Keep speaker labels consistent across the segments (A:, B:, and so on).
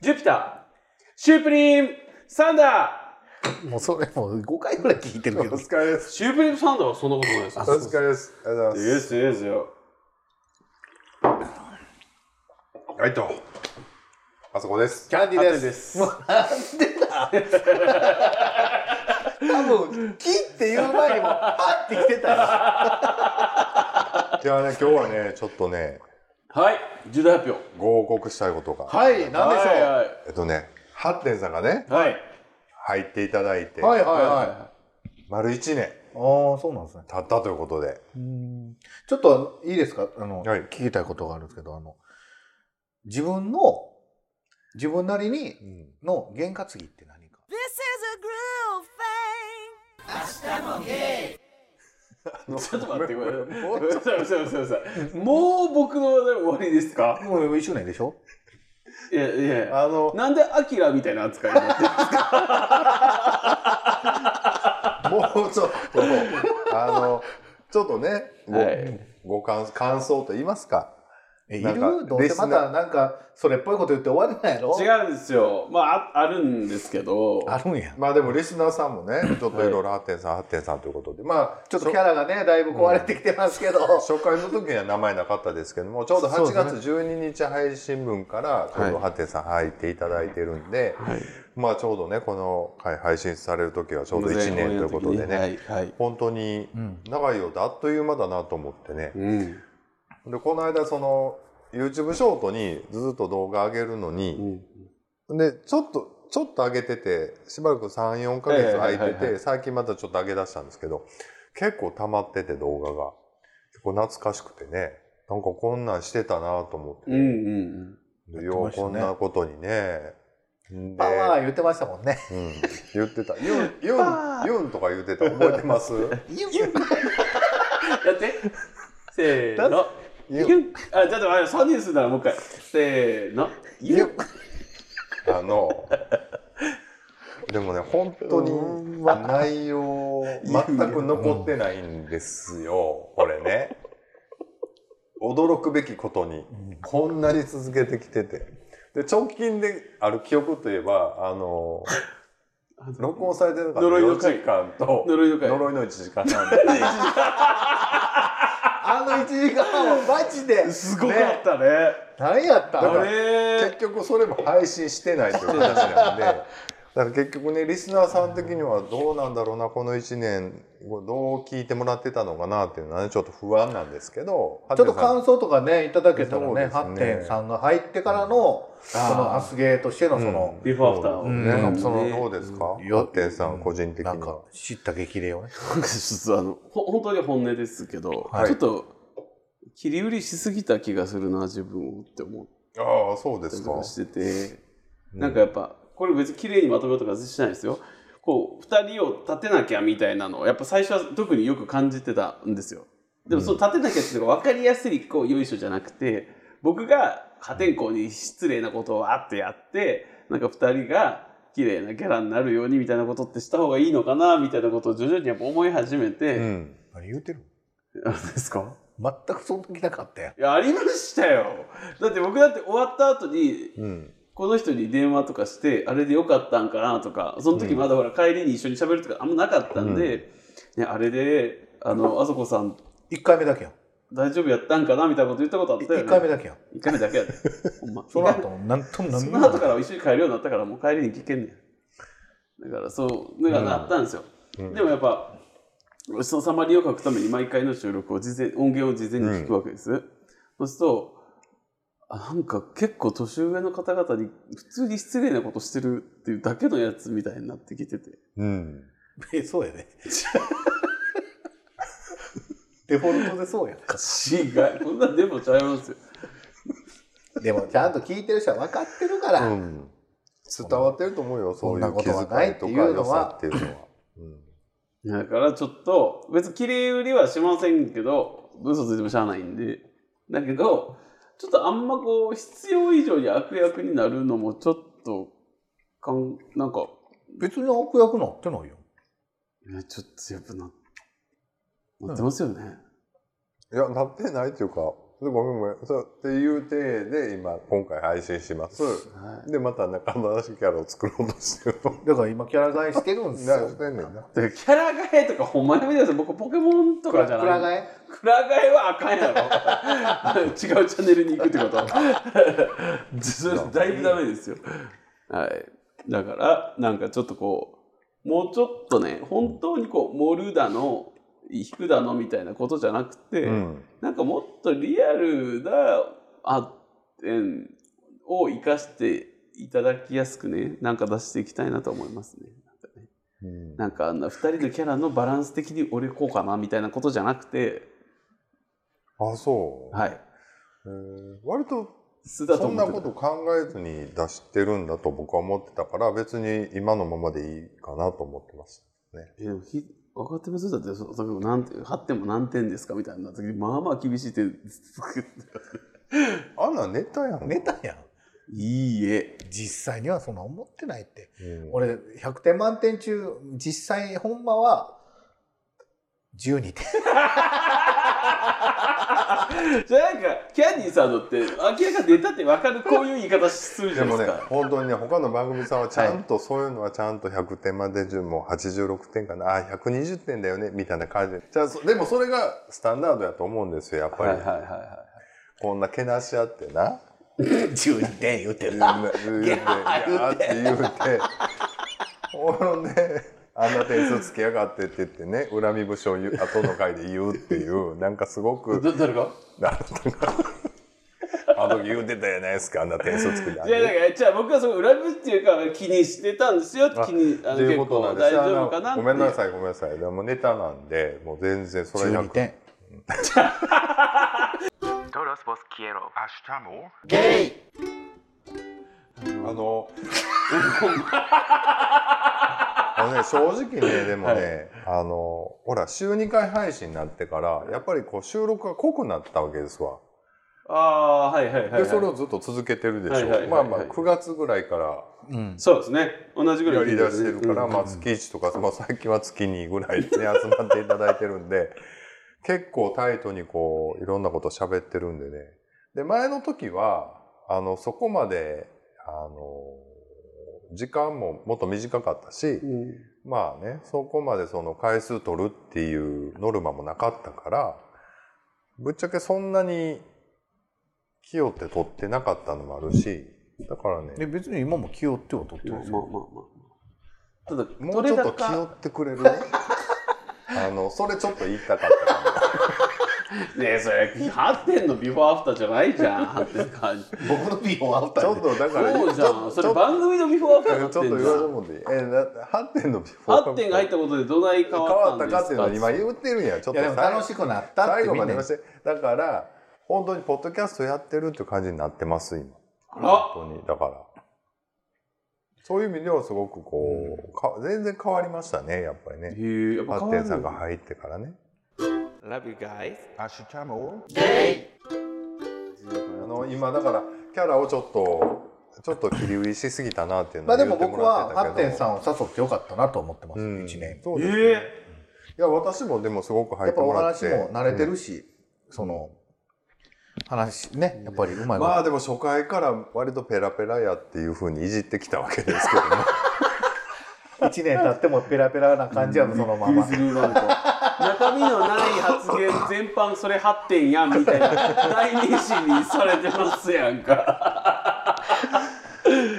A: ジュピター、シュープリーム、サンダ
B: もうそれもう5回ぐらい聞いてる
C: お
B: けど。
C: 疲れです
A: ー。シュープリームサンダーはそんなことないです
C: お
A: よ。
C: 疲れですありがとうござい
A: ですですよ。
C: ますはいとあそこです
A: キャンディーです。
B: 多分、キっていう前にも、パって来てたよ。
C: いやね今日はねちょっとね
A: はい、重大発表。
C: ご報告したいことが
B: はい、なんでしょう。
A: は
C: えっとねハッテンさんがね
A: いはい。はい。
C: 入っていただいて、
B: はいはいはい。ああ
A: は
C: 丸1年
B: ー、そうなんですね。
C: 経ったということで
B: うんちょっといいですかあの、
C: はい
B: 聞きたいことがあるんですけど、あの、自分の、自分なりにの験担ぎって何か。
D: This is a groove thing.
A: いちょっと待って、これ。
B: もう
A: 嘘嘘嘘嘘もう僕の話題終わりですか
B: もう1周年でしょ
A: いやいや。
B: あの、
A: なんでアキラみたいな扱いになってる
C: もうちょっとあのちょっとねご,、
A: はい
C: ご感感想と言いますか
B: えい
C: なんか
B: るどう
C: リ
B: せ
C: スナ
B: ま
C: ー
B: たなんか、それっぽいこと言って終わりないやろう。
A: 違うんですよ。まあ、ああるんですけど。
B: あるんや。
C: まあでもリスナーさんもねちょっといろいろハッテンさんハッテンさんということでまあ
B: ちょっとキャラがね、だいぶ壊れてきてますけど。
C: 初回の時には名前なかったですけどもちょうど8月12日配信分からちょうどハッテンさん入っていただいてるんで、
A: はい。
C: まあちょうどねこの回配信される時はちょうど1年ということでね、
A: はいはい。
C: 本当に
B: うん
C: 長いようであっという間だなと思ってね、
A: うん。
C: でこの間その YouTube ショートにずっと動画上げるの
A: う
C: に、
A: ん。
C: でちょっとちょっと上げててしばらく34ヶ月空いてて、
A: はいはいはいはい
C: 最近またちょっと上げ出したんですけど結構溜まってて動画が結構懐かしくてねなんかこんなんしてたなと思って、
A: うんうん
C: で
B: やって
C: よ
B: ま
C: う
B: したね
C: こんなことにね。で
B: パワー言ってましたもんね。
C: うん、言ってた。ユン、ユン、ユンとか言ってた。覚えてます
A: うん。やって。せーの。
C: ユン
A: ゆんあ、ちょっとあれ、三人するならもう一回。せーの。ゆん。
C: あの、でもね、本当に内容、全く残ってないんですよ、これね。驚くべきことに、こんなに続けてきてて。で、直近である記憶といえば、あ の、録音されてるから
A: 呪いの
C: 4
A: 回
C: 時間と、
A: 呪いの回
C: 呪いの1時間なんで。
B: あの1時間半はマジ で。
A: すごかったね。
B: 何やった
A: あ
B: の
A: れ
C: 結局それも配信してないという話なんでだから結局ねリスナーさん的にはどうなんだろうなこの1年どう聞いてもらってたのかなっていうのはねちょっと不安なんですけど
B: ちょっと感
C: 想
B: 想とかね、いただけたら
C: そう
B: ね、
C: ですね
B: ハッテンさんが入ってからの、そのアスゲーとしてのその、
A: ビフォーアフターを
C: ね、
B: うん
C: そのどうですか
B: うん
C: ヨッテンさん個人的
B: な
C: に
B: んか
C: は。
B: 知った激励をね。
A: なんかちょっとあのほ本当に本音ですけど、
C: はい
A: ちょっと切り売りしすぎた気がするな自分をって思っ
C: ああそう
A: た
C: で
A: り
C: す
A: と
C: か
A: かしてて、なんかやっぱこれ別に綺麗にまとめようとかしないですよこう2人を立てなきゃみたいなのをやっぱ最初は特によく感じてたんですよでもその立てなきゃっていうのが分かりやすいこうよいしょじゃなくて僕が破天荒に失礼なことをあってやってなんか2人が綺麗なキャラになるようにみたいなことってした方がいいのかなみたいなことを徐々にやっぱ思い始めて、
C: うん
B: 何言うてる
A: あですか
B: の全くそんな気なかったよ。
A: いやありましたよだって僕だって終わった後に
C: うん
A: この人に電話とかしてあれでよかったんかなとかその時まだほら帰りに一緒に喋るとかあんまなかったんで、ね、あれであのあそこさん
B: 1回目だけよ。
A: 大丈夫やったんかなみたいなこと言ったことあったよね
B: 1回目だけよ。
A: 一回目だけや でほんま
B: その後も何とも 何
A: そ
B: も
A: の後 からは一緒に帰るようになったからもう帰りに聞けんねんだからそうだからなったんですよ、でもやっぱごちそうさまりを書くために毎回の収録を事前音源を事前に聞くわけです、そうするとあなんか結構年上の方々に普通に失礼なことしてるっていうだけのやつみたいになってきてて
C: うん
B: えそうやね。 デフォルトでそうやんか。
A: 違うこんなんでもちゃいますよ
B: でもちゃんと聞いてる人は分かってるから、
C: うん伝わってると思うよそうい
B: そんな
C: う
B: こ
C: 気
B: と
C: 遣
B: はない
C: い
B: って
C: とか
B: いうのは
C: 良さっていうのはうん
A: だからちょっと別に綺麗売りはしませんけど嘘ついてもしゃあないんでだけどちょっとあんまこう必要以上に悪役になるのもちょっとかんなんか
B: 別に悪役なってないよ。
A: いやちょっとやっぱななってますよね、
C: いやなってないというかでごめんごめん。そうっていう体で今、今回配信します。
A: は
C: で、また仲間しいキャラを作ろうとしてると。
B: だから今キャラ替えしてるんです
C: な
B: よ
C: し。てんねんな。
A: い、でキャラ替えとかほんまやめてください僕ポケモンと
B: キ
A: かじゃ
B: ャラ替
A: ない
B: え
A: キャラ替えはあかんやろ 違うチャンネルに行くってことそれ だいぶダメですよはいだからなんかちょっとこうもうちょっとね本当にこう盛るだの引くだのみたいなことじゃなくて、
C: うん。
A: なんかもっとリアルな発展を生かしていただきやすくねなんか出していきたいなと思いますね。
C: うん
A: なんかあんな2人のキャラのバランス的に俺こうかなみたいなことじゃなくて
C: あ、そう。
A: はい
C: えー割と
A: 素だと
C: そん
A: 思
C: な
A: って
C: こと考えずに出してるんだと僕は思ってたから別に今のままでいいかなと思ってました。
A: えでもひ分かってますだってそそれも何点8点も何点ですかみたいな時まあまあ厳しいって
C: あんなんネタやん。
B: 寝たやん。
A: いいえ
B: 実際にはそんな思ってないって。
C: うん
B: 俺、100点満点中、実際、ほんまは、12点。
A: じゃあなんかキャンディーさんのって明らかに出たって分かるこういう言い方するじ
C: で
A: ゃない
C: も
A: で
C: ね
A: すか、
C: 本当にね、他の番組さんはちゃんと、そういうのはちゃんと100点まで中もう86点かな、あ、120点だよね、みたいな感じで。じゃあ、そでもそれがスタンダードやと思うんですよ、やっぱり。
A: はいはいはいはい
C: こんなけなし合ってな。
B: 12点言うて
C: 言うな言うて、ギャーって言うて。ほんで、あんな点数つけやがってって言ってね、恨み節を言う後の回で言うっていう、なんかす ごく、
A: だ誰が
C: なるほどなあの時言うてたじゃないですか、あんな点数つけて。
A: じゃあだからじゃあ僕はその恨むっていうか気にしてたんですよ気にあ
C: っ
A: の
C: てい
A: 結
C: うこと
A: 構
C: なんで
A: 大
C: す
A: 丈夫かな
C: あ
A: っ
C: の
A: て
C: ごめんなさいごめんなさいでもネタなんでもう全然それ
B: 12
C: 100
B: 点。
E: Todos vos quiero. Hasta luego.
C: あのあのね正直 ねでもね、あのほら週2回配信になってからやっぱりこう収録が濃くなったわけですわ
A: ああはいはいはい、はい、
C: でそれをずっと続けてるでし
A: は
C: ょ、
A: いはいはいはい
C: まあまあ9月ぐらいから
B: うん。
A: そうですね同じぐらい
C: やりだしてるから、
A: うん
C: まあ、月1とか、まあ、最近は月2ぐらいで、ね、集まっていただいてるんで 結構タイトにこういろんなこと喋ってるんでねで前の時はあのそこまであの時間ももっと短かったし、
A: うん
C: まあねそこまでその回数取るっていうノルマもなかったからぶっちゃけそんなに費用って取ってなかったのもあるしだからね
B: で、別に今も気負っては取って
A: ま
B: ま
A: あ
B: す
A: まあ
B: よ。
A: まあまあただ
C: もう
A: 取
C: ちょ
A: れ
C: っと気負
A: 高
C: ってくれ るね。あの、それちょっと言いたかったか
A: ねえそれ8点のビフォーアフターじゃないじゃん8点か
B: 僕のピンをあ っ
C: な。
B: た
C: ち
B: ん
C: ょ
B: で
C: っとだから、
A: そうじ
C: ち
A: ゃ
C: ょ
A: ん
C: っ
A: そ
C: と
A: れ番組のビフォーアフターに
C: ち
A: な
C: ょ
A: っ
C: っと
A: てん
C: 言わ
A: じ
C: れ
A: ゃ
C: る
A: ん
C: もんで、え、だ8点のビフォー
A: 8点が入ったことでどない変
C: 変
A: わ
C: わ
A: っ
C: ったた
A: ん
C: かっていうのを
A: です
C: 今
A: か
C: 言ってるんや。ちょっ
B: いや、で
C: と
B: も楽しくなったって
C: 最後
B: み
C: ま
B: ん
C: で
B: な
C: 言わせて。だから、本当にポッドキャストやってるっていう感じになってます、今。
A: あら
C: 本当に。だから。そういう意味ではすごくこう、か全然変わりましたね、やっぱりね。
A: へえやっぱ変わ
C: 8
A: る
C: 点さんが入ってからね。
A: Love you guys
C: あの今だからキャラをちょっとちょっと切り売りしすぎたなっていうの
B: まあ
C: を
B: で
C: 言
B: も
C: っても
B: 僕
C: ら
B: は8
C: ってたけど
B: 点さんを誘ってよかったなと思ってます、
C: うん
B: 1年。
C: そうですね
A: ええ
C: いや私もでもすごく入
B: や
C: っ
B: ってぱお
C: もらって
B: 話も慣れてるし、その、話ね、やっぱりうまい
C: ま
B: わ
C: あでも初回から割とペラペラやっていうふうにいじってきたわけですけどね
B: 1年経ってもペラペラな感じやの、そのま
A: びっ
B: ま
A: く。りするなんか中身のない発言全般それ8点やんみたいな代名詞にされてますやんか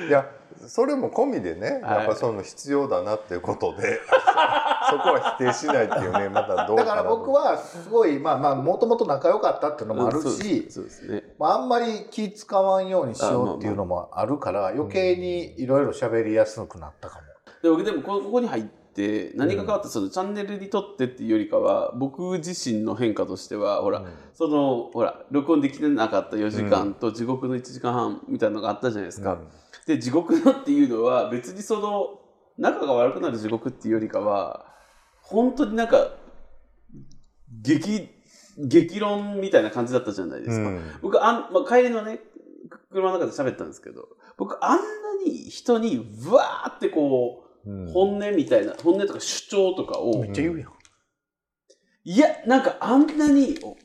C: いやそれも込みで
A: は
C: ね、
A: い
C: やっぱその必要だなっていうことで そこは否定しないっていうねまたどう
B: だ
C: かな
B: から僕はすごい、まあまあ、もともと仲良かったっていうのもある
A: そう
B: し
A: で、すそうですね
B: まあ、あんまり気使わんようにしようっていうのもあるから、余計にいろいろ喋りやすくなったかも。
A: で僕でもこここに入って何が変わったそのチャンネルにとってっていうよりかは僕自身の変化としてはほら、そのほら録音できてなかった4時間と地獄の1時間半みたいなのがあったじゃないですか。で地獄のっていうのは別にその仲が悪くなる地獄っていうよりかは本当になんか激激論みたいな感じだったじゃないですか。
C: うん
A: 僕あん、まあ、帰りのねく車の中で喋ったんですけど僕あんなに人にうわーってこう
C: うん
A: 本音みたいな本音とか主張とかを
B: めっちゃ言うやん。
A: いやなんかあんなにお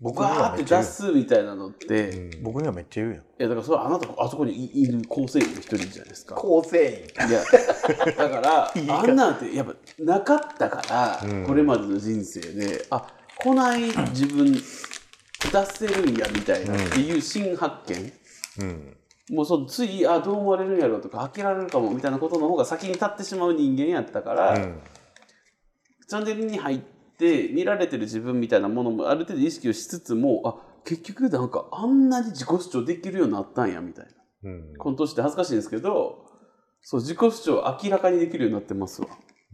B: 僕に
A: わ
B: は
A: ーっ
B: め
A: て
B: っちゃ
A: 出
B: 言う
A: すみたいなのって、い
C: うん
B: 僕にはめっちゃ言うやん
A: やだからそれはあなたあそこにいいる構成員の一人じゃないですか
B: 構成
A: いやだ からあんなんてやっぱなかったから、
C: うん
A: これまでの人生であこない自分出せるんやみたいなっていう新発見、
C: うん
A: もうそうついあどう思われるんやろうとか開けられるかもみたいなことの方が先に立ってしまう人間やったから、
C: うん
A: チャンネルに入って見られてる自分みたいなものもある程度意識をしつつもあ結局なんかあんなに自己主張できるようになったんやみたいな
C: うん
A: この年って恥ずかしいんですけどそう自己主張明らかにできるようになってますわ。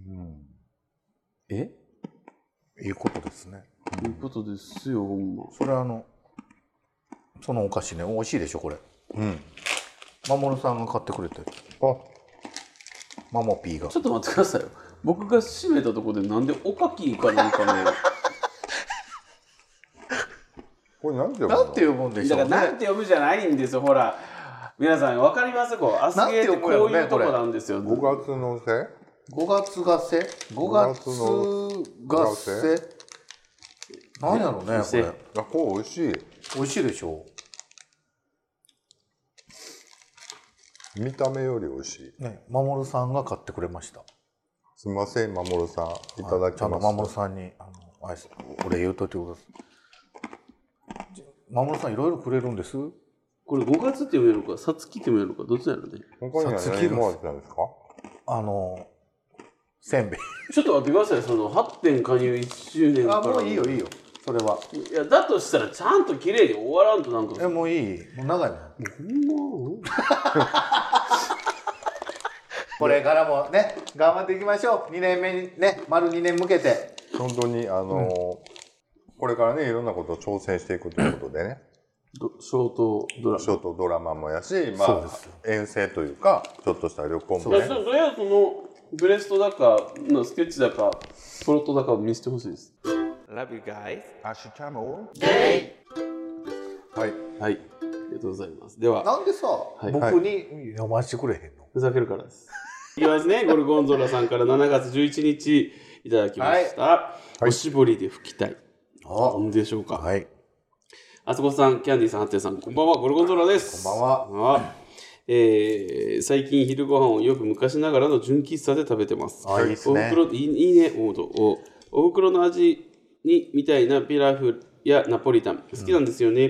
B: うん
A: え
B: いうことですね
A: ということですよほんま。
B: それはあのそのお菓子ね美味しいでしょこれ
C: うん
B: 守さんが買ってくれたやつ
C: あ
B: マモピーが
A: ちょっと待ってくださいよ。僕が閉めたところでなんでおかきかなんかの。
C: これなんて読むの
B: なんて呼ぶんでし
A: だ
B: ょ
A: か
B: う
A: ら
B: ね
A: なんて呼ぶじゃないんですよほら皆さんわかりますこうアスゲーってこう
B: なんて呼ぶやろ
A: いうと
B: ね
A: こ
B: これ
A: なんですよ
C: 五月のせ
B: 5月がせ5月がせなんやろうねこ
A: せ
B: れ
C: あこれ美味しい
B: 美味しいでしょ
C: 見た目より美味しい
B: ね守さんが買ってくれました
C: すみませんまもるさんいただきます
B: ちゃんと守さんにあの挨拶俺言うといてくださいじ守さんいろいろくれるんです
A: これ5月って読めるのかさつきって読めるのかどっちなのね
C: ここには
B: さつき
C: 何
B: の
C: もあったんですか
B: あのせんべい
A: ちょっと待ってくださいその8点加入1周年から
B: いいよそれはい
A: やだとしたらちゃんと綺麗に終わらんとなんか
B: えもういいもう長いもん
A: ほんま
B: これからもね頑張っていきましょう2年目にね丸2年向けて
C: 本当にあのこれからねいろんなことを挑戦していくということでね
A: どショートドラマ
C: ショートドラマもやしま
B: そう
C: あ
B: です
C: 遠征というかちょっとした旅行も
A: いや
C: ね
A: それとりあえずそのブレストだかのスケッチだかプロットだかを見せてほしいです Love you guys
E: 明日も
C: はい
A: はいありがとうございますでは
B: なんでさ、
A: い
B: 僕に読ましてくれへんの
A: ふざけるからです。いきますね。ゴルゴンゾーラさんから7月11日いただきました。おしぼりで拭きたい。
B: あ
A: 何でしょうか。
B: はい
A: あそこさん、キャンディーさん、ハッテンさん、こんばんは。ゴルゴンゾーラです。
B: こんばんは
A: こんばんは。えー最近昼ご飯をよく昔ながらの純喫茶で食べてます。
B: あいいっすね
A: お袋いいいいね、おうどおお袋の味にみたいなピラフやナポリタン好きなんですよね、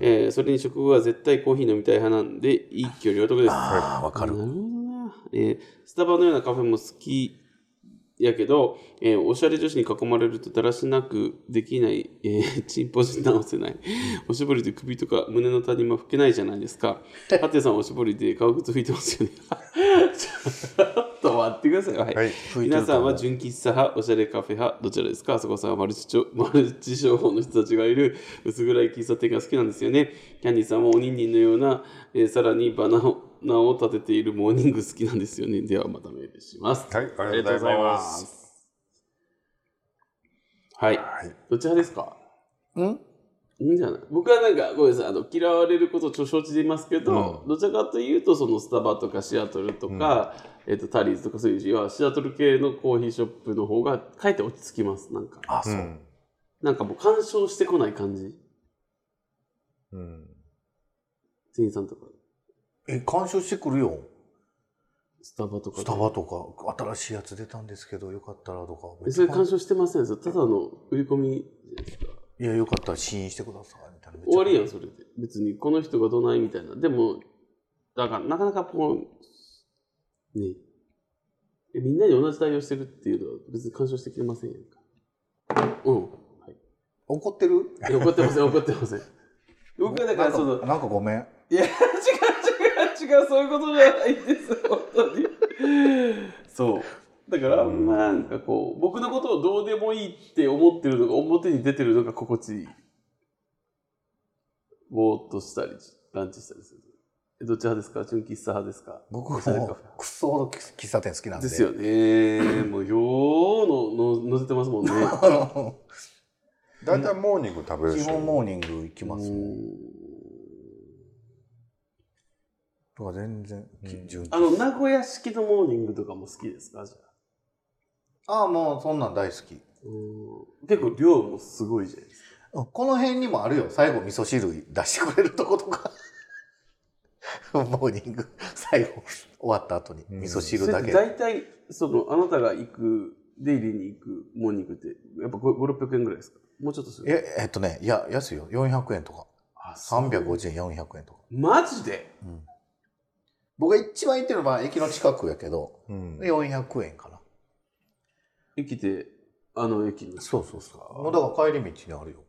A: えーそれに食後は絶対コーヒー飲みたい派なんで一挙両得です。
B: あーわかる
A: なるほどな、えースタバのようなカフェも好きやけど、えーおしゃれ女子に囲まれるとだらしなくできない、えーチンポジ直せない おしぼりで首とか胸の谷間拭けないじゃないですかハテさんおしぼりで顔靴拭いてますよね ちょっと待ってください、はい
C: はい
A: 皆さんは純喫茶派、おしゃれカフェ派、どちらですかあそこさんはマルチチョ マルチ商法の人たちがいる薄暗い喫茶店が好きなんですよね。キャンディーさんはおにんにんのような、えーさらにバナナを立てているモーニング好きなんですよね。ではまたメールします。
C: はいあり
A: あり
C: がとうございま
A: がとうございますす。はい。
C: はい
A: どっち派ですか
B: ん
A: いいんじゃない僕はなんかごめんなさいあの嫌われることを承知でいますけど、どちらかというとそのスタバとかシアトルとか、えっとタリーズとかそういう要はシアトル系のコーヒーショップの方がかえって落ち着きますなんか
B: あそう、
C: うん
A: なんかもう干渉してこない感じ
C: うん
A: 店員さんとか
B: え干渉してくるよ
A: スタバとか
B: ス
A: で
B: タバとか新しいやつ出たんですけどよかったらとか
A: えそれ干渉してませんよただの売り込み
B: いやよかったら試飲してくださいみたいな
A: 終わりや
B: ん
A: んそれで別にこの人がどないみたいなでもだからなかなかこうねえみんなに同じ対応してるっていうのは別に干渉してきてませんやんかうん、はい
B: 怒ってる
A: いや、怒ってません怒ってません僕はだからそ
B: な
A: の
B: んかなんかごめん
A: い や違う違う違うそういうことじゃないんです本当にそうだから、まあなんかこう僕のことをどうでもいいって思ってるのが表に出てるのが心地いいぼーっとしたりランチしたりするえどっち派ですか純喫茶派ですか
B: 僕もクソほど喫茶店好きなんで
A: ですよねもうよーのの乗せてますもんね
B: あの
C: 大体モーニング食べるで
B: 基
C: し
B: 本
C: ょ
B: モーニング行きますもんとから全然、純喫
A: あの名古屋式のモーニングとかも好きですかじゃあ
B: ああもうそんなん大好き
A: うん結構量もすごいじゃないですか
B: うんこの辺にもあるよ最後味噌汁出してくれるとことか モーニング最後終わった後に
C: うん
B: 味噌
A: そ
B: 汁
A: れ
B: だ
A: って
B: け、
A: 大体そのあなたが行く出入りに行くモーニングってやっぱ5600円ぐらいですかもうちょっとする
B: ええっとねいや安いよ400円とか
A: あそう
B: 350円400円とか、
A: マジで
B: うん僕が一番行ってるのは駅の近くやけど
C: うん
B: 400円かな
A: 駅であの駅に
B: そうそうそうもうだから帰り道にあるよ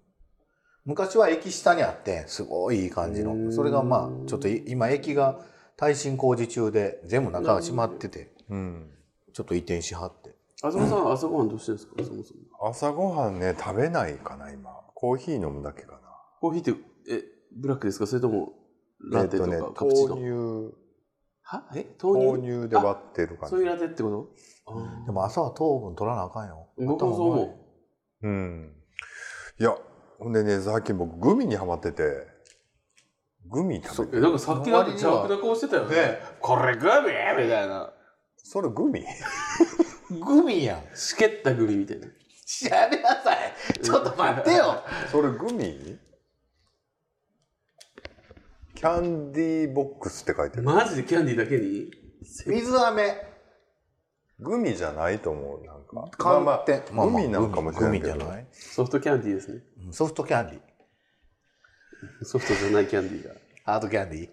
B: 昔は駅下にあってすごいいい感じ
A: う
B: の
A: ん
B: それがまあちょっとい今駅が耐震工事中で全部中が閉まってて
C: うん
B: ちょっと移転しはって
A: あそこさん朝ごはんどうしてるんですかそもそも
C: 朝ごはんね食べないかな今コーヒー飲むだけか
A: コーヒーってえブラックですかそれとも
C: な
A: ラテと
C: えっ
A: かカプチーノ、
C: 豆乳
A: はえ
C: 豆
A: 豆乳
C: 乳で割ってる感
A: そういう
C: じ
A: ラテってことあー
B: でも朝は糖分取らなあかんよ
A: 僕もそう思
C: うんいやほんでね最近僕グミにはまっててグミ食べ
A: う
C: て
A: え
C: る
A: なんかさっきなんか邪悪な顔してたよね
B: ね
A: これグミみたいな
C: それグミ
B: グミやん
A: しけったグミみたいな
B: やめなさいちょっと待ってよ
C: それグミキャンディーボックスって書いてる
A: マジでキャンディーだけに
B: 水飴
C: グミじゃないと思うなんか
B: 寒
C: まあ
B: 天
C: まあグミなんかもしれないけ
B: グミじ
C: ど
B: ゃない
A: ソフトキャンディーですね
B: うんソフトキャンディー
A: ソフトじゃないキャンディーが
B: ハードキャンディー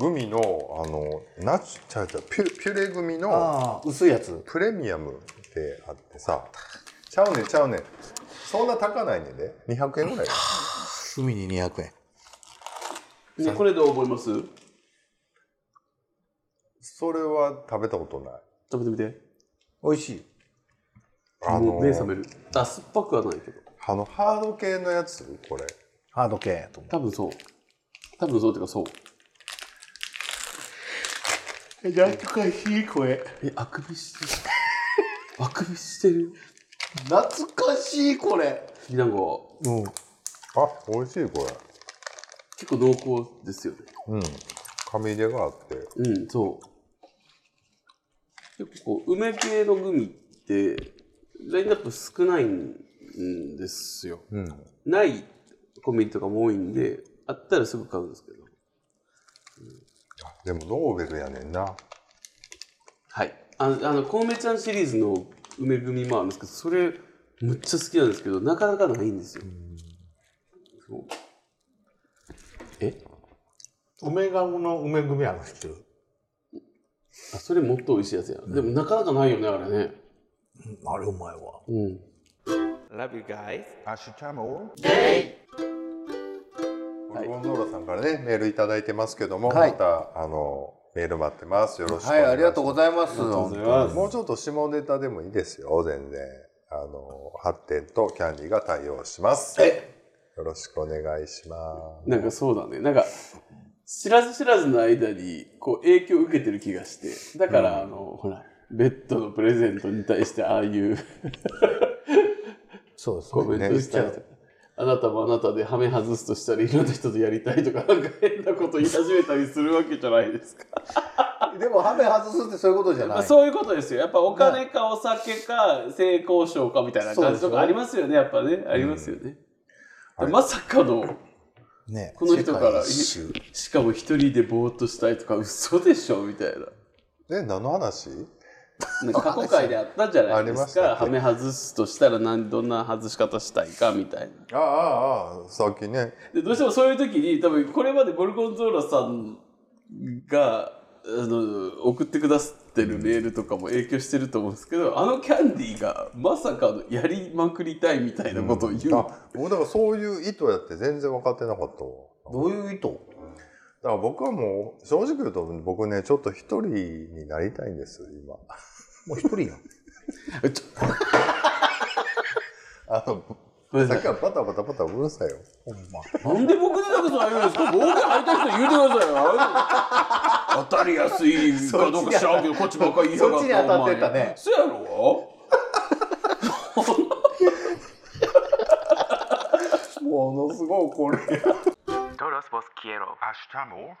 C: グミのあのナチちゃうちゃうピュピュレグミの
B: ああ薄いやつ
C: プレミアムであってさちゃうねんちゃうねんそんな高ないねんで200円ぐらい
B: 海に200円
A: ねこれどう思います
C: それは食べたことない
A: 食べてみて
B: 美味しい
C: あ
A: も
C: の
A: う目覚めるあ酸っぱくはないけど
C: あのハード系のやつこれ
B: ハード系やと思
A: 多分そう多分そうっていうかそう
B: うなんとかしい声
A: えあくび してるあくびしてる
B: 懐かしいこれ
A: きびだんご
B: うん
C: あ美味しいこれ
A: 結構濃厚ですよね
C: うん紙入れがあって
A: うんそう結構こう梅系のグミってラインナップ少ないんですよ
C: うん
A: ないコンビニとかも多いんであったらすぐ買うんですけど
C: あでもノーベルやねんな
A: はいあのあのコウメちゃんシリーズの梅グミもあるんですけどそれむっちゃ好きなんですけどなかなかないんですよそうえ
B: 梅がの梅組ある知ってる
A: あそれもっと美味しいやつや、でもなかなかないよねあれね
B: あれうまいわ
A: うん
E: Love you guys. 明日も
C: ゴルゴンゾーラさんからねメールいただいてますけども、
B: はい
C: またあのメール待ってますよろしくお
B: は
C: 願い
B: いあ
C: します、
B: りがとうございま
A: あ
B: す
A: りがとうございます
C: もうちょっと下ネタでもいいですよ全然あの発展とキャンディーが対応しますよろしくお願いします
A: なんかそうだねなんか知らず知らずの間にこう影響を受けてる気がしてだから、あのほらベッドのプレゼントに対してああいう
B: そうです
A: コメントしたりとか、あなたもあなたでハメ外すとしたらいろんな人とやりたいとかなんか変なこと言い始めたりするわけじゃないですか、
B: でもハメ外すってそういうことじゃ
A: ま
B: な
A: あ
B: い
A: そういうことですよやっぱお金かお酒か性交渉かみたいな感じとかありますよねやっぱねありますよね、
C: うん
A: まさかの
B: ね
A: この人から
B: 世界一周
A: しかも一人でぼーっとしたいとか嘘でしょみたいな
C: え何の話
A: なんか過去回であったじゃないですか。
C: あ
A: は
C: りま
A: め外すとしたら何どんな外し方したいかみたいな。
C: ああああさっきね
A: でどうしてもそういう時に多分これまでゴルゴンゾーラさんがあの送ってくださってるメールとかも影響してると思うんですけど、あのキャンディーがまさかのやりまくりたいみたいなことを言う、
C: あ僕だからそういう意図やって全然分かってなかったわ
B: どういう意図
C: だから僕はもう正直言うと僕ねちょっと一人になりたいんです今
B: もう一人やん
C: あの
A: ごめん
C: さ
A: な
C: っき
A: さい
C: はバタバタバタうるさいよ
B: ほんま
A: なんで僕でだけそう言うんですか冒険入った人言うてくださいよあれ当たりやすいかどうか知らんけどこっちばっかり言いやが
B: そっちに当たってたね
A: お前そうやろ
C: ものすごい怒る
E: Todos vos quiero. Hasta mo.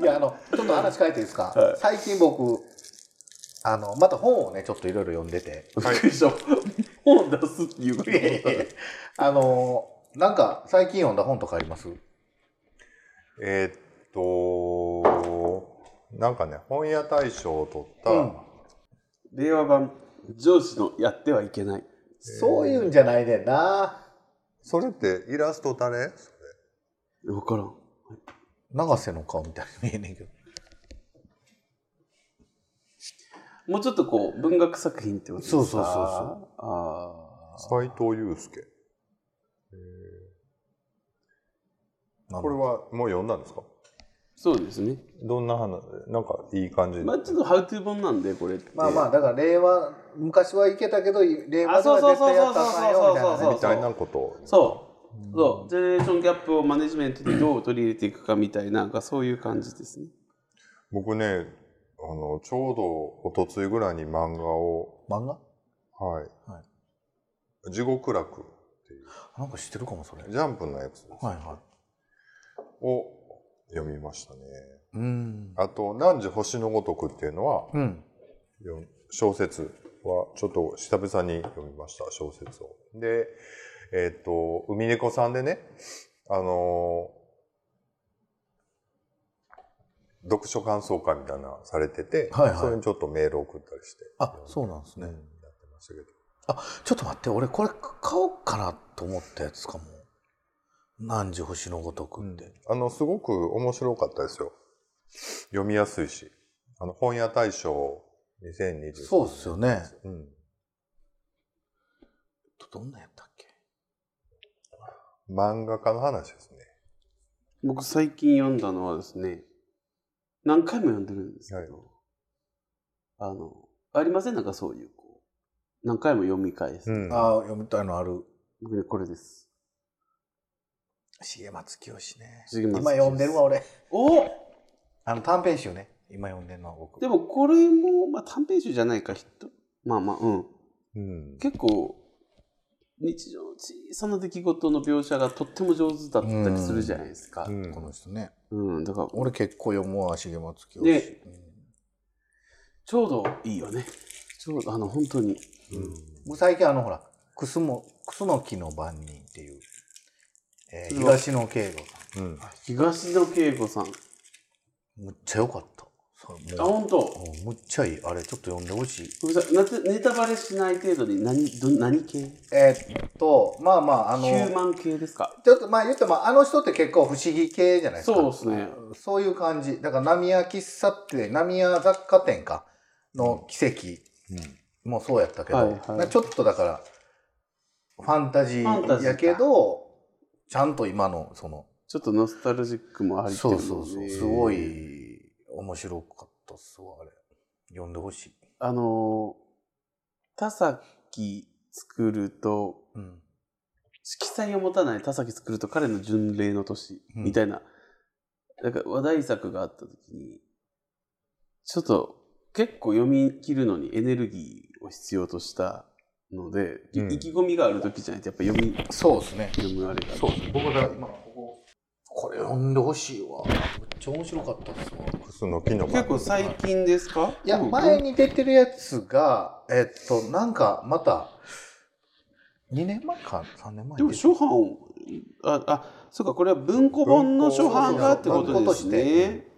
B: いやあのちょっと話変えていいですか、
A: はい
B: 最近僕あのまた本をねちょっといろいろ読んでて
A: びっくりした。本を出すっていうこと
B: いやいやいやあのーなんか最近読んだ本とかあります
C: えーっと、なんかね、本屋大賞を取った、
B: うん
A: 令和版上司のやってはいけない
B: そういうんじゃないねんな
C: それってイラスト誰それ
A: 分からん
B: 永瀬の顔みたいに見えねんけど
A: もうちょっとこう文学作品ってことですか
B: そうそうそうそう
A: あ
C: 斎藤祐介。
B: なんだ
C: これはもう読んだんですか
A: そうですね
C: どんな話、なんかいい感じで。
A: まあちょっとハウトゥー本なんでこれって
B: まあまあだから令和昔はいけたけど令和
A: あ
B: で
A: そう
B: は
A: そう
B: 絶
A: そう
B: 対やったらあかんよみたいな
A: そうそうそうそう
B: ね
C: みたいなことを。
A: そうそうジェネレーションギャップをマネジメントでどう取り入れていくかみたいななんかそういう感じですね
C: 僕ね、あの、ちょうどおとついぐらいに漫画を、
B: 漫画
C: はい。
B: はい
C: 地獄楽っていう、
B: なんか知ってるかもそれ
C: ジャンプのやつ
B: はいは
C: を読みましたね。
B: いうん
C: あと、何時星のごとくっていうのは、
B: うん
C: よん小説はちょっと久々に読みました小説を。でえっ、と海猫さんでねあのー読書感想会みたいなのされてて、
B: はいはい
C: それにちょっとメール送ったりして
B: あそうなんです
C: うん
B: ね、
C: やってましたけど
B: ちょっと待って俺これ買おうかなと思ったやつかも「何時星のごとく」って、
C: あのすごく面白かったですよ読みやすいしあの本屋大賞2020
B: そうっすよね
C: うん、
B: どんなんやったっけ
C: 漫画家の話ですね
A: 僕最近読んだのはですね何回も読んでるんですけど、あのありませんなんかそういうこう何回も読み返す、
C: うん
B: ああ読みたいのある
A: 僕ねこれです
B: 重松清ね
A: 重松清
B: 今読んでるわ俺
A: お
B: あの短編集ね今読んでるのは僕
A: でもこれも、まあ、短編集じゃないか人まあまあうん
C: うん、
A: 結構日常の小さな出来事の描写がとっても上手だったりするじゃないですか
C: う、ん
B: この人ね
A: うんだから
B: 俺結構読むわ重松清
A: ね
B: うん
A: ちょうどいいよねちょうどあの本当に
B: 僕最近あのほらクスモクスノキの番人っていう、えー
A: うわ
B: 東野圭吾さ
C: うん
A: 東野圭吾さんあ
B: んむっちゃ良かったそれもう
A: 本当
B: うんむっちゃいいあれちょっと読んでほしい
A: ごめんなさいなつネタバレしない程度に何ど何系
B: えーっとまあまああの
A: ヒューマン系ですか
B: ちょっとまあ言ってもあの人って結構不思議系じゃないですか
A: そうですね
B: そういう感じだから浪江喫茶店浪江雑貨店かの奇跡もそうやったけど、
A: はいはい
B: まあちょっとだからファンタジ
A: ファンタジ
B: ー
A: ーか
B: やけどちゃんと今のその
A: ちょっとノスタルジックもありて
B: そ
A: るん
B: う
A: で
B: そうそうすごい面白かったっすわあれ読んでほしい、
A: あのー田崎作ると
B: うん、
A: 色彩を持たない田崎作ると彼の巡礼の年みたいな,、なんか話題作があった時にちょっと結構読み切るのにエネルギーを必要としたので、
C: うん
A: 意気込みがある時じゃないとやっぱ読み
B: そうですね
A: 読むあれが
B: そうですね僕が今こここれ読んでほしいわめっちゃ面白かったっすわ
C: クスの木の
A: 結構最近ですか
B: いや、
A: うん
B: 前に出てるやつが、えっと、なんか、また、2年前か3年前
A: でも初版ああそうかこれは文庫本の初版がってことですね。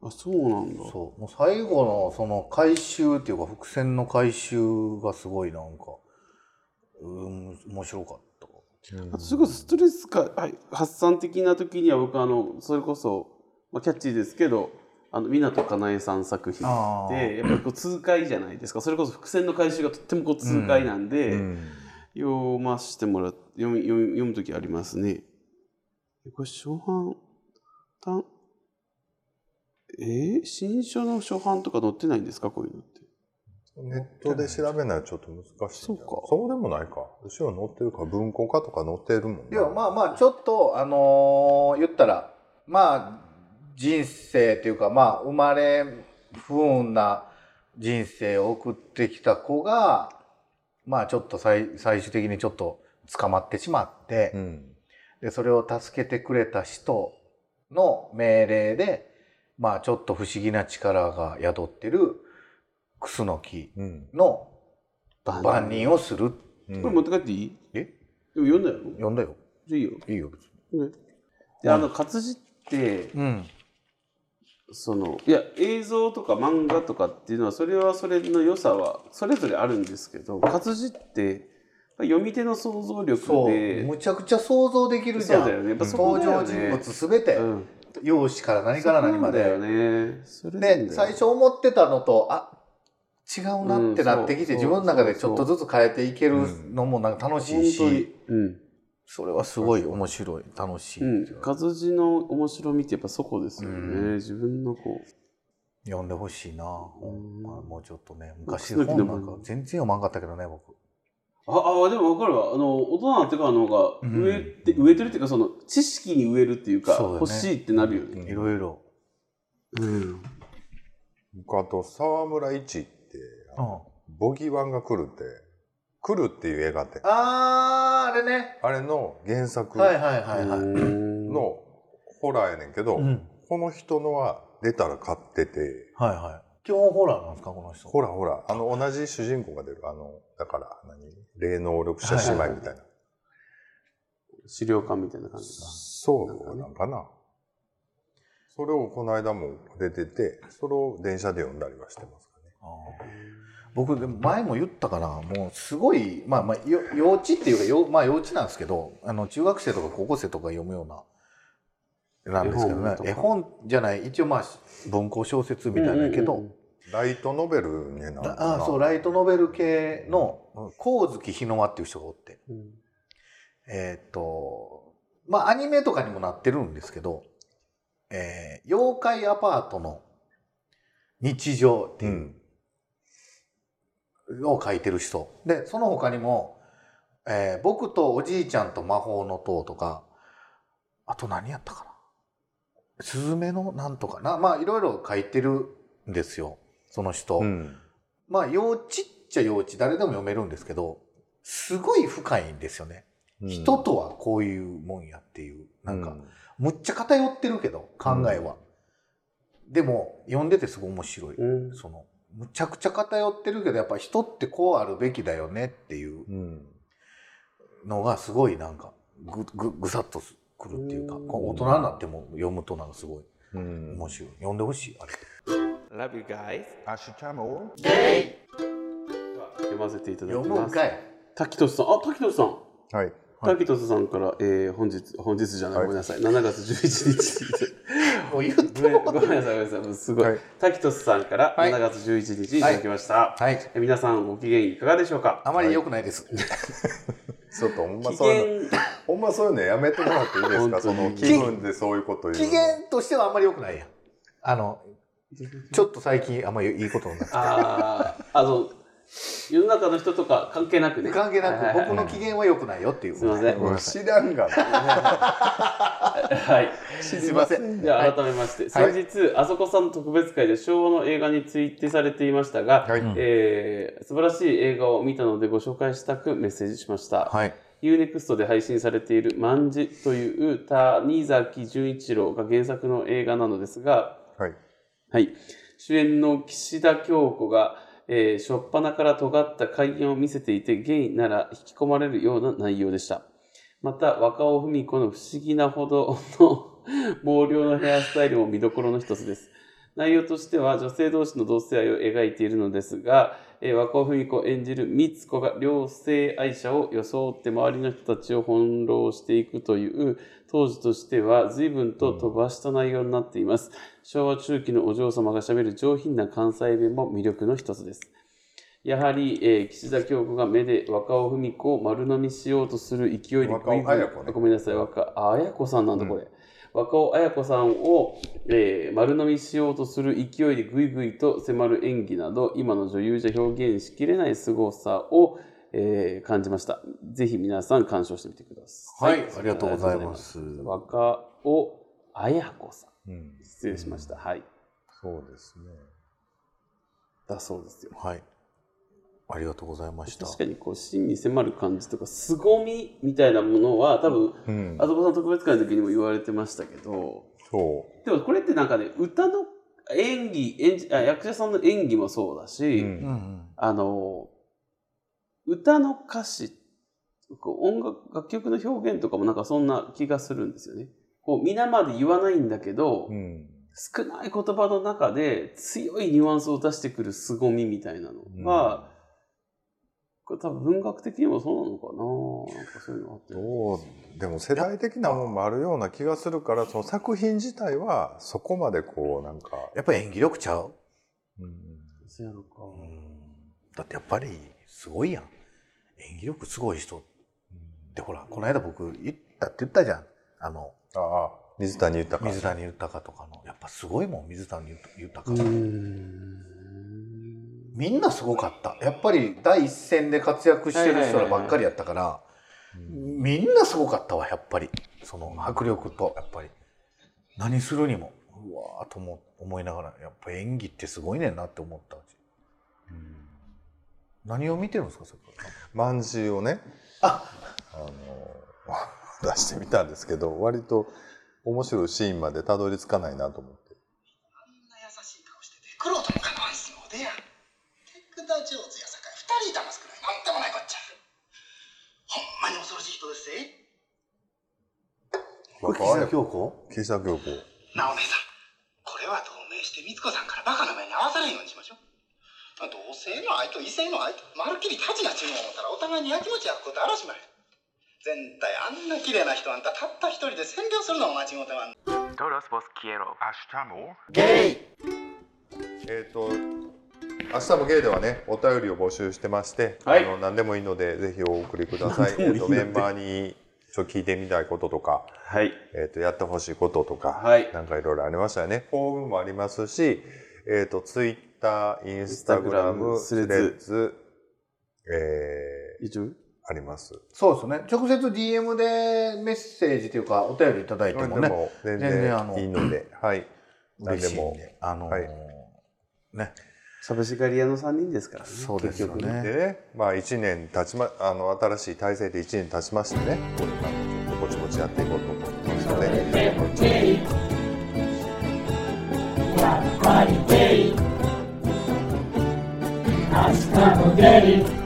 A: あそうなんだ。
B: そう。もう最後の、その、回収っていうか、伏線の回収がすごい、なんか、うん、面白かった。
A: あとすごいストレスか、はい、発散的な時には僕あのそれこそ、まあ、キャッチーですけどあの湊かなえさん作品
B: あー
A: でやっぱりこう痛快じゃないですかそれこそ伏線の回収がとってもこう痛快なんで、
C: うん
A: 読ませてもらっ読み読み読む時ありますね。これ初版単えー、新書の初版とか載ってないんですかこういうのって。
C: ネットで調べないとちょっと難しいんだよ
A: そうか
C: そうでもないか後ろ載ってるか文庫化とか載ってるもん
B: では、まあ
C: あ
B: まあ、ちょっと、あのー言ったら、まあ、人生っていうか、まあ、生まれ不運な人生を送ってきた子が、まあ、ちょっと最、最終的にちょっと捕まってしまって、
C: うん
B: でそれを助けてくれた人の命令で、まあ、ちょっと不思議な力が宿ってるクスノキ
C: うん
B: の
A: 万
B: 番人をするっうん
A: これ持って帰っていい
B: え
A: でも読んだよ。
B: 呼んだよ
A: じゃあいいよ。
B: いいよ別に
A: ねで、あの、活字って、
B: うん
A: その、いや、映像とか漫画とかっていうのは、それはそれの良さは、それぞれあるんですけど、活字って、読み手の想像力
B: そう
A: で、
B: むちゃくちゃ想像できるじゃん
A: そうだよねやっぱそこ
B: 登
A: だよ
B: 場
A: ね
B: 人物すべて、
A: うん、
B: 容姿から何から何
A: そうな
B: まで
A: んだよね。それなんだよ
B: で最初思ってたのとあ違うなってなってきて、
A: うん
B: 自
A: そう
B: 分の中でちょっとずつ変えていけ
C: そう
B: るのもなんか楽しい
A: 本
B: し、
A: 当に、うん、
B: それはすごい面白い楽しい、
A: うん、活字の面白みってやっぱそこですよね。
B: うん
A: 自分のこう、
B: 読んでほしいな、ほんま
A: うん
B: もうちょっとね昔
A: 僕
B: 本
A: 好きな
B: なんか
A: 漫画
B: 全然読まんかったけどね僕
A: ああでも分かるわあの大人になってからの方が
B: うん
A: 植えて、植えてるっていうかその知識に植えるっていうか
B: そうだね
A: 欲しいってなるよね。
B: いろいろ、
A: うん、
C: 僕あと沢村一って
B: うん、
C: ボギワンが来るって来るっていう映画って
B: あーあれね
C: あれの原作
B: はいはいはいはい、
A: の
C: のホラーやねんけど、
B: うん、
C: この人のは出たら買ってて
B: はいはい基本ホラーなんですかこの人
C: ほらほらあの同じ主人公が出るあのだから何霊能力者姉妹みたいな、
A: 資料館みたいな感じか。
C: そうなんかなそれをこの間も出ててそれを電車で読んだりはしてますかね
B: あー僕でも前も言ったかなもうすごい、まあ、まあよ幼稚っていうかよ、まあ、幼稚なんですけどあの中学生とか高校生とか読むようななんですけどね絵
A: 絵
B: 本じゃない一応まあ文庫小説みたいだけど、
A: うんうんうん
C: ライトノベルになるのかな
B: ああそうライトノベル系の光月ひのわっていう人がおって
A: うん
B: えーっとまあアニメとかにもなってるんですけど「えー妖怪アパートの日常」って
C: う
B: いうんを書いてる人でその他にも、えー僕とおじいちゃんと魔法の塔」とかあと何やったかな「スズメのなんとかな」まあいろいろ書いてるんですよその人。
C: うん
B: まあ幼稚っちゃ幼稚誰でも読めるんですけどすごい深いんですよね、
C: うん
B: 人とはこういうもんやっていうなんか、
C: う
B: むっちゃ偏ってるけど考えは、でも読んでてすごい面白い、
A: うん
B: そのむちゃくちゃ偏ってるけどやっぱ人ってこうあるべきだよねっていう
C: うん
B: のがすごいなんかぐぐぐさっとくるっていうか、
A: うん
B: こう大人になっても読むとなんかすごい
C: うん
B: 面白い読んでほしいあれ
E: Love you guys. Ashitamo.
A: 読ませていただき
B: 読む
A: ま
B: ん
A: す。
B: かい
A: 滝俊さんあ滝俊さん。
C: はい
A: 滝俊さんから、えー、本日本日じゃない、
C: はい
A: ごめんなさい7月11日
B: もう言って
A: ごめんご
B: も
A: めんなさいごめんなさいもうすごい、
C: はい
A: 滝俊さんから
B: はい
A: 7月11日いただきました、
B: はい
A: え皆さんご機嫌いかがでしょうか
B: あまり良くないです、
C: ちょっとほんま
A: 機
C: そういうの
A: 嫌
C: ほんまそういうのやめてもらっていいですかそ
A: 本当
C: の
A: に
C: 気分でそういうこと
B: 機
C: 言う
B: 嫌としてはあんまり良くないやんあのちょっと最近あんまりいいことになって
A: ああ、あの、世の中の人とか関係なくね。
B: 関係な
A: はいはい
B: く僕の機嫌は良くないよっていう
A: すみません。
C: の知らんがな
A: はい。
B: すいません
A: じゃあ改めまして、
B: はい
A: 先日、あそこさんの特別会で昭和の映画についてされていましたが、
C: はい
A: えー素晴らしい映画を見たのでご紹介したくメッセージしました。
B: はい
A: UNEXT で配信されている「万事」という谷崎潤一郎が原作の映画なのですが、
C: はい
A: はい、主演の岸田京子が、えー、初っ端から尖った怪言を見せていてゲイなら引き込まれるような内容でしたまた若尾文子の不思議なほどの 毛量のヘアスタイルも見どころの一つです内容としては女性同士の同性愛を描いているのですが、えー、若尾文子演じる美津子が両性愛者を装って周りの人たちを翻弄していくという当時としては随分と飛ばした内容になっています、昭和中期のお嬢様がしゃべる上品な関西弁も魅力の一つですやはり、えー岸田京子が目で若尾文子を丸飲みしようとする勢いで
C: 若尾綾子ね
A: ごめんなさい若あ綾子さんなんだこれ、若尾綾子さんを、えー丸飲みしようとする勢いでぐいぐいと迫る演技など今の女優じゃ表現しきれない凄さを、えー感じましたぜひ皆さん鑑賞してみてくださ
B: はいいありがとうございます
A: 若尾綾子さん
C: うん
A: 失礼しました、はい
C: そうですね
A: だそうですよ
B: はいありがとうございました
A: 確かにこう真に迫る感じとか凄みみたいなものは多分、
C: うん
A: あそこさん特別会の時にも言われてましたけど
C: そ
A: でもこれってなんかね歌の演技演じあ役者さんの演技もそうだ
C: う、
A: し、
B: うんうん
A: あの歌の歌詞っこう音楽楽曲の表現とかもなんかそんな気がするんですよね。こう皆まで言わないんだけど、
C: うん
A: 少ない言葉の中で強いニュアンスを出してくる凄みみたいなのが、これ多分文学的にもそうなのかななんかそういうのあって。
C: どうでも世代的なもんもあるような気がするからその作品自体はそこまでこうなんか、
B: やっぱ演技力ちゃう、
C: うん
A: そうやろか。
B: だってやっぱりすごいやん演技力すごい人でほらこの間僕言ったって言ったじゃんあの
C: ああ水谷豊
B: 水谷豊とかのやっぱすごいもん水谷豊、
A: うん。
B: みんなすごかったやっぱり第一線で活躍してる人らばっかりやったから、
C: うん
B: みんなすごかったわやっぱりその迫力とやっぱり何するにもうわーと思思いながらやっぱ演技ってすごいねんなって思ったわけ何を見てるんですかそれから
C: まんじゅうをねあの 出してみたんですけど割と面白いシーンまでたどり着かないなと思って
F: そんな優しい顔してて苦労ともかわいそうでや手下上手やさかい二人だますくらいなんでもないこっちゃほんまに恐ろしい人ですぜ
B: これ
C: 若い
B: 岸田京子
C: 岸田京子
F: なおめえさんこれは同盟して光子さんからバカな目に遭わされんようにしましょう同性の愛と異性の愛とまるっきり立ちな注文をったらお互いにやきもち焼くことあらしまい全体あんな綺麗な人あんたたった一人で占領するのも間違うてまん
E: Todos vos quiero. Hasta more.
C: えっ、と明日もゲイではねお便りを募集してまして、
A: はい
C: あの何でもいいのでぜひお送りください。
A: 何
C: え
A: でもいい
C: っと
A: ので
C: メンバーにちょっと聞いてみたいこととか、
A: はい。
C: えっ、とやってほしいこととか、
A: はい
C: なんかいろいろありましたよね。フォームもありますし、えっ、とツイッター、インスタグラム、
A: Instagram
C: スレッズ、え
A: YouTube?
C: ーあります。
B: そうですね直接 DM でメッセージというかお便りいただいても
C: で
B: ね
C: も全
B: 全然あの
C: 然いいので、はい。何
B: 嬉
C: で
B: しいん
C: も。
B: であのー
C: はい
B: ね
A: 寂しがり屋の3人ですからね。
B: そうですよ
A: 結局
B: ね
C: でね、まあ1年経ちま、あの新しい体制で1年経ちましてね、これからもちょっとぼちぼちやっていこうと思ってますので、あのちょっ
G: 明日
C: と
G: も出る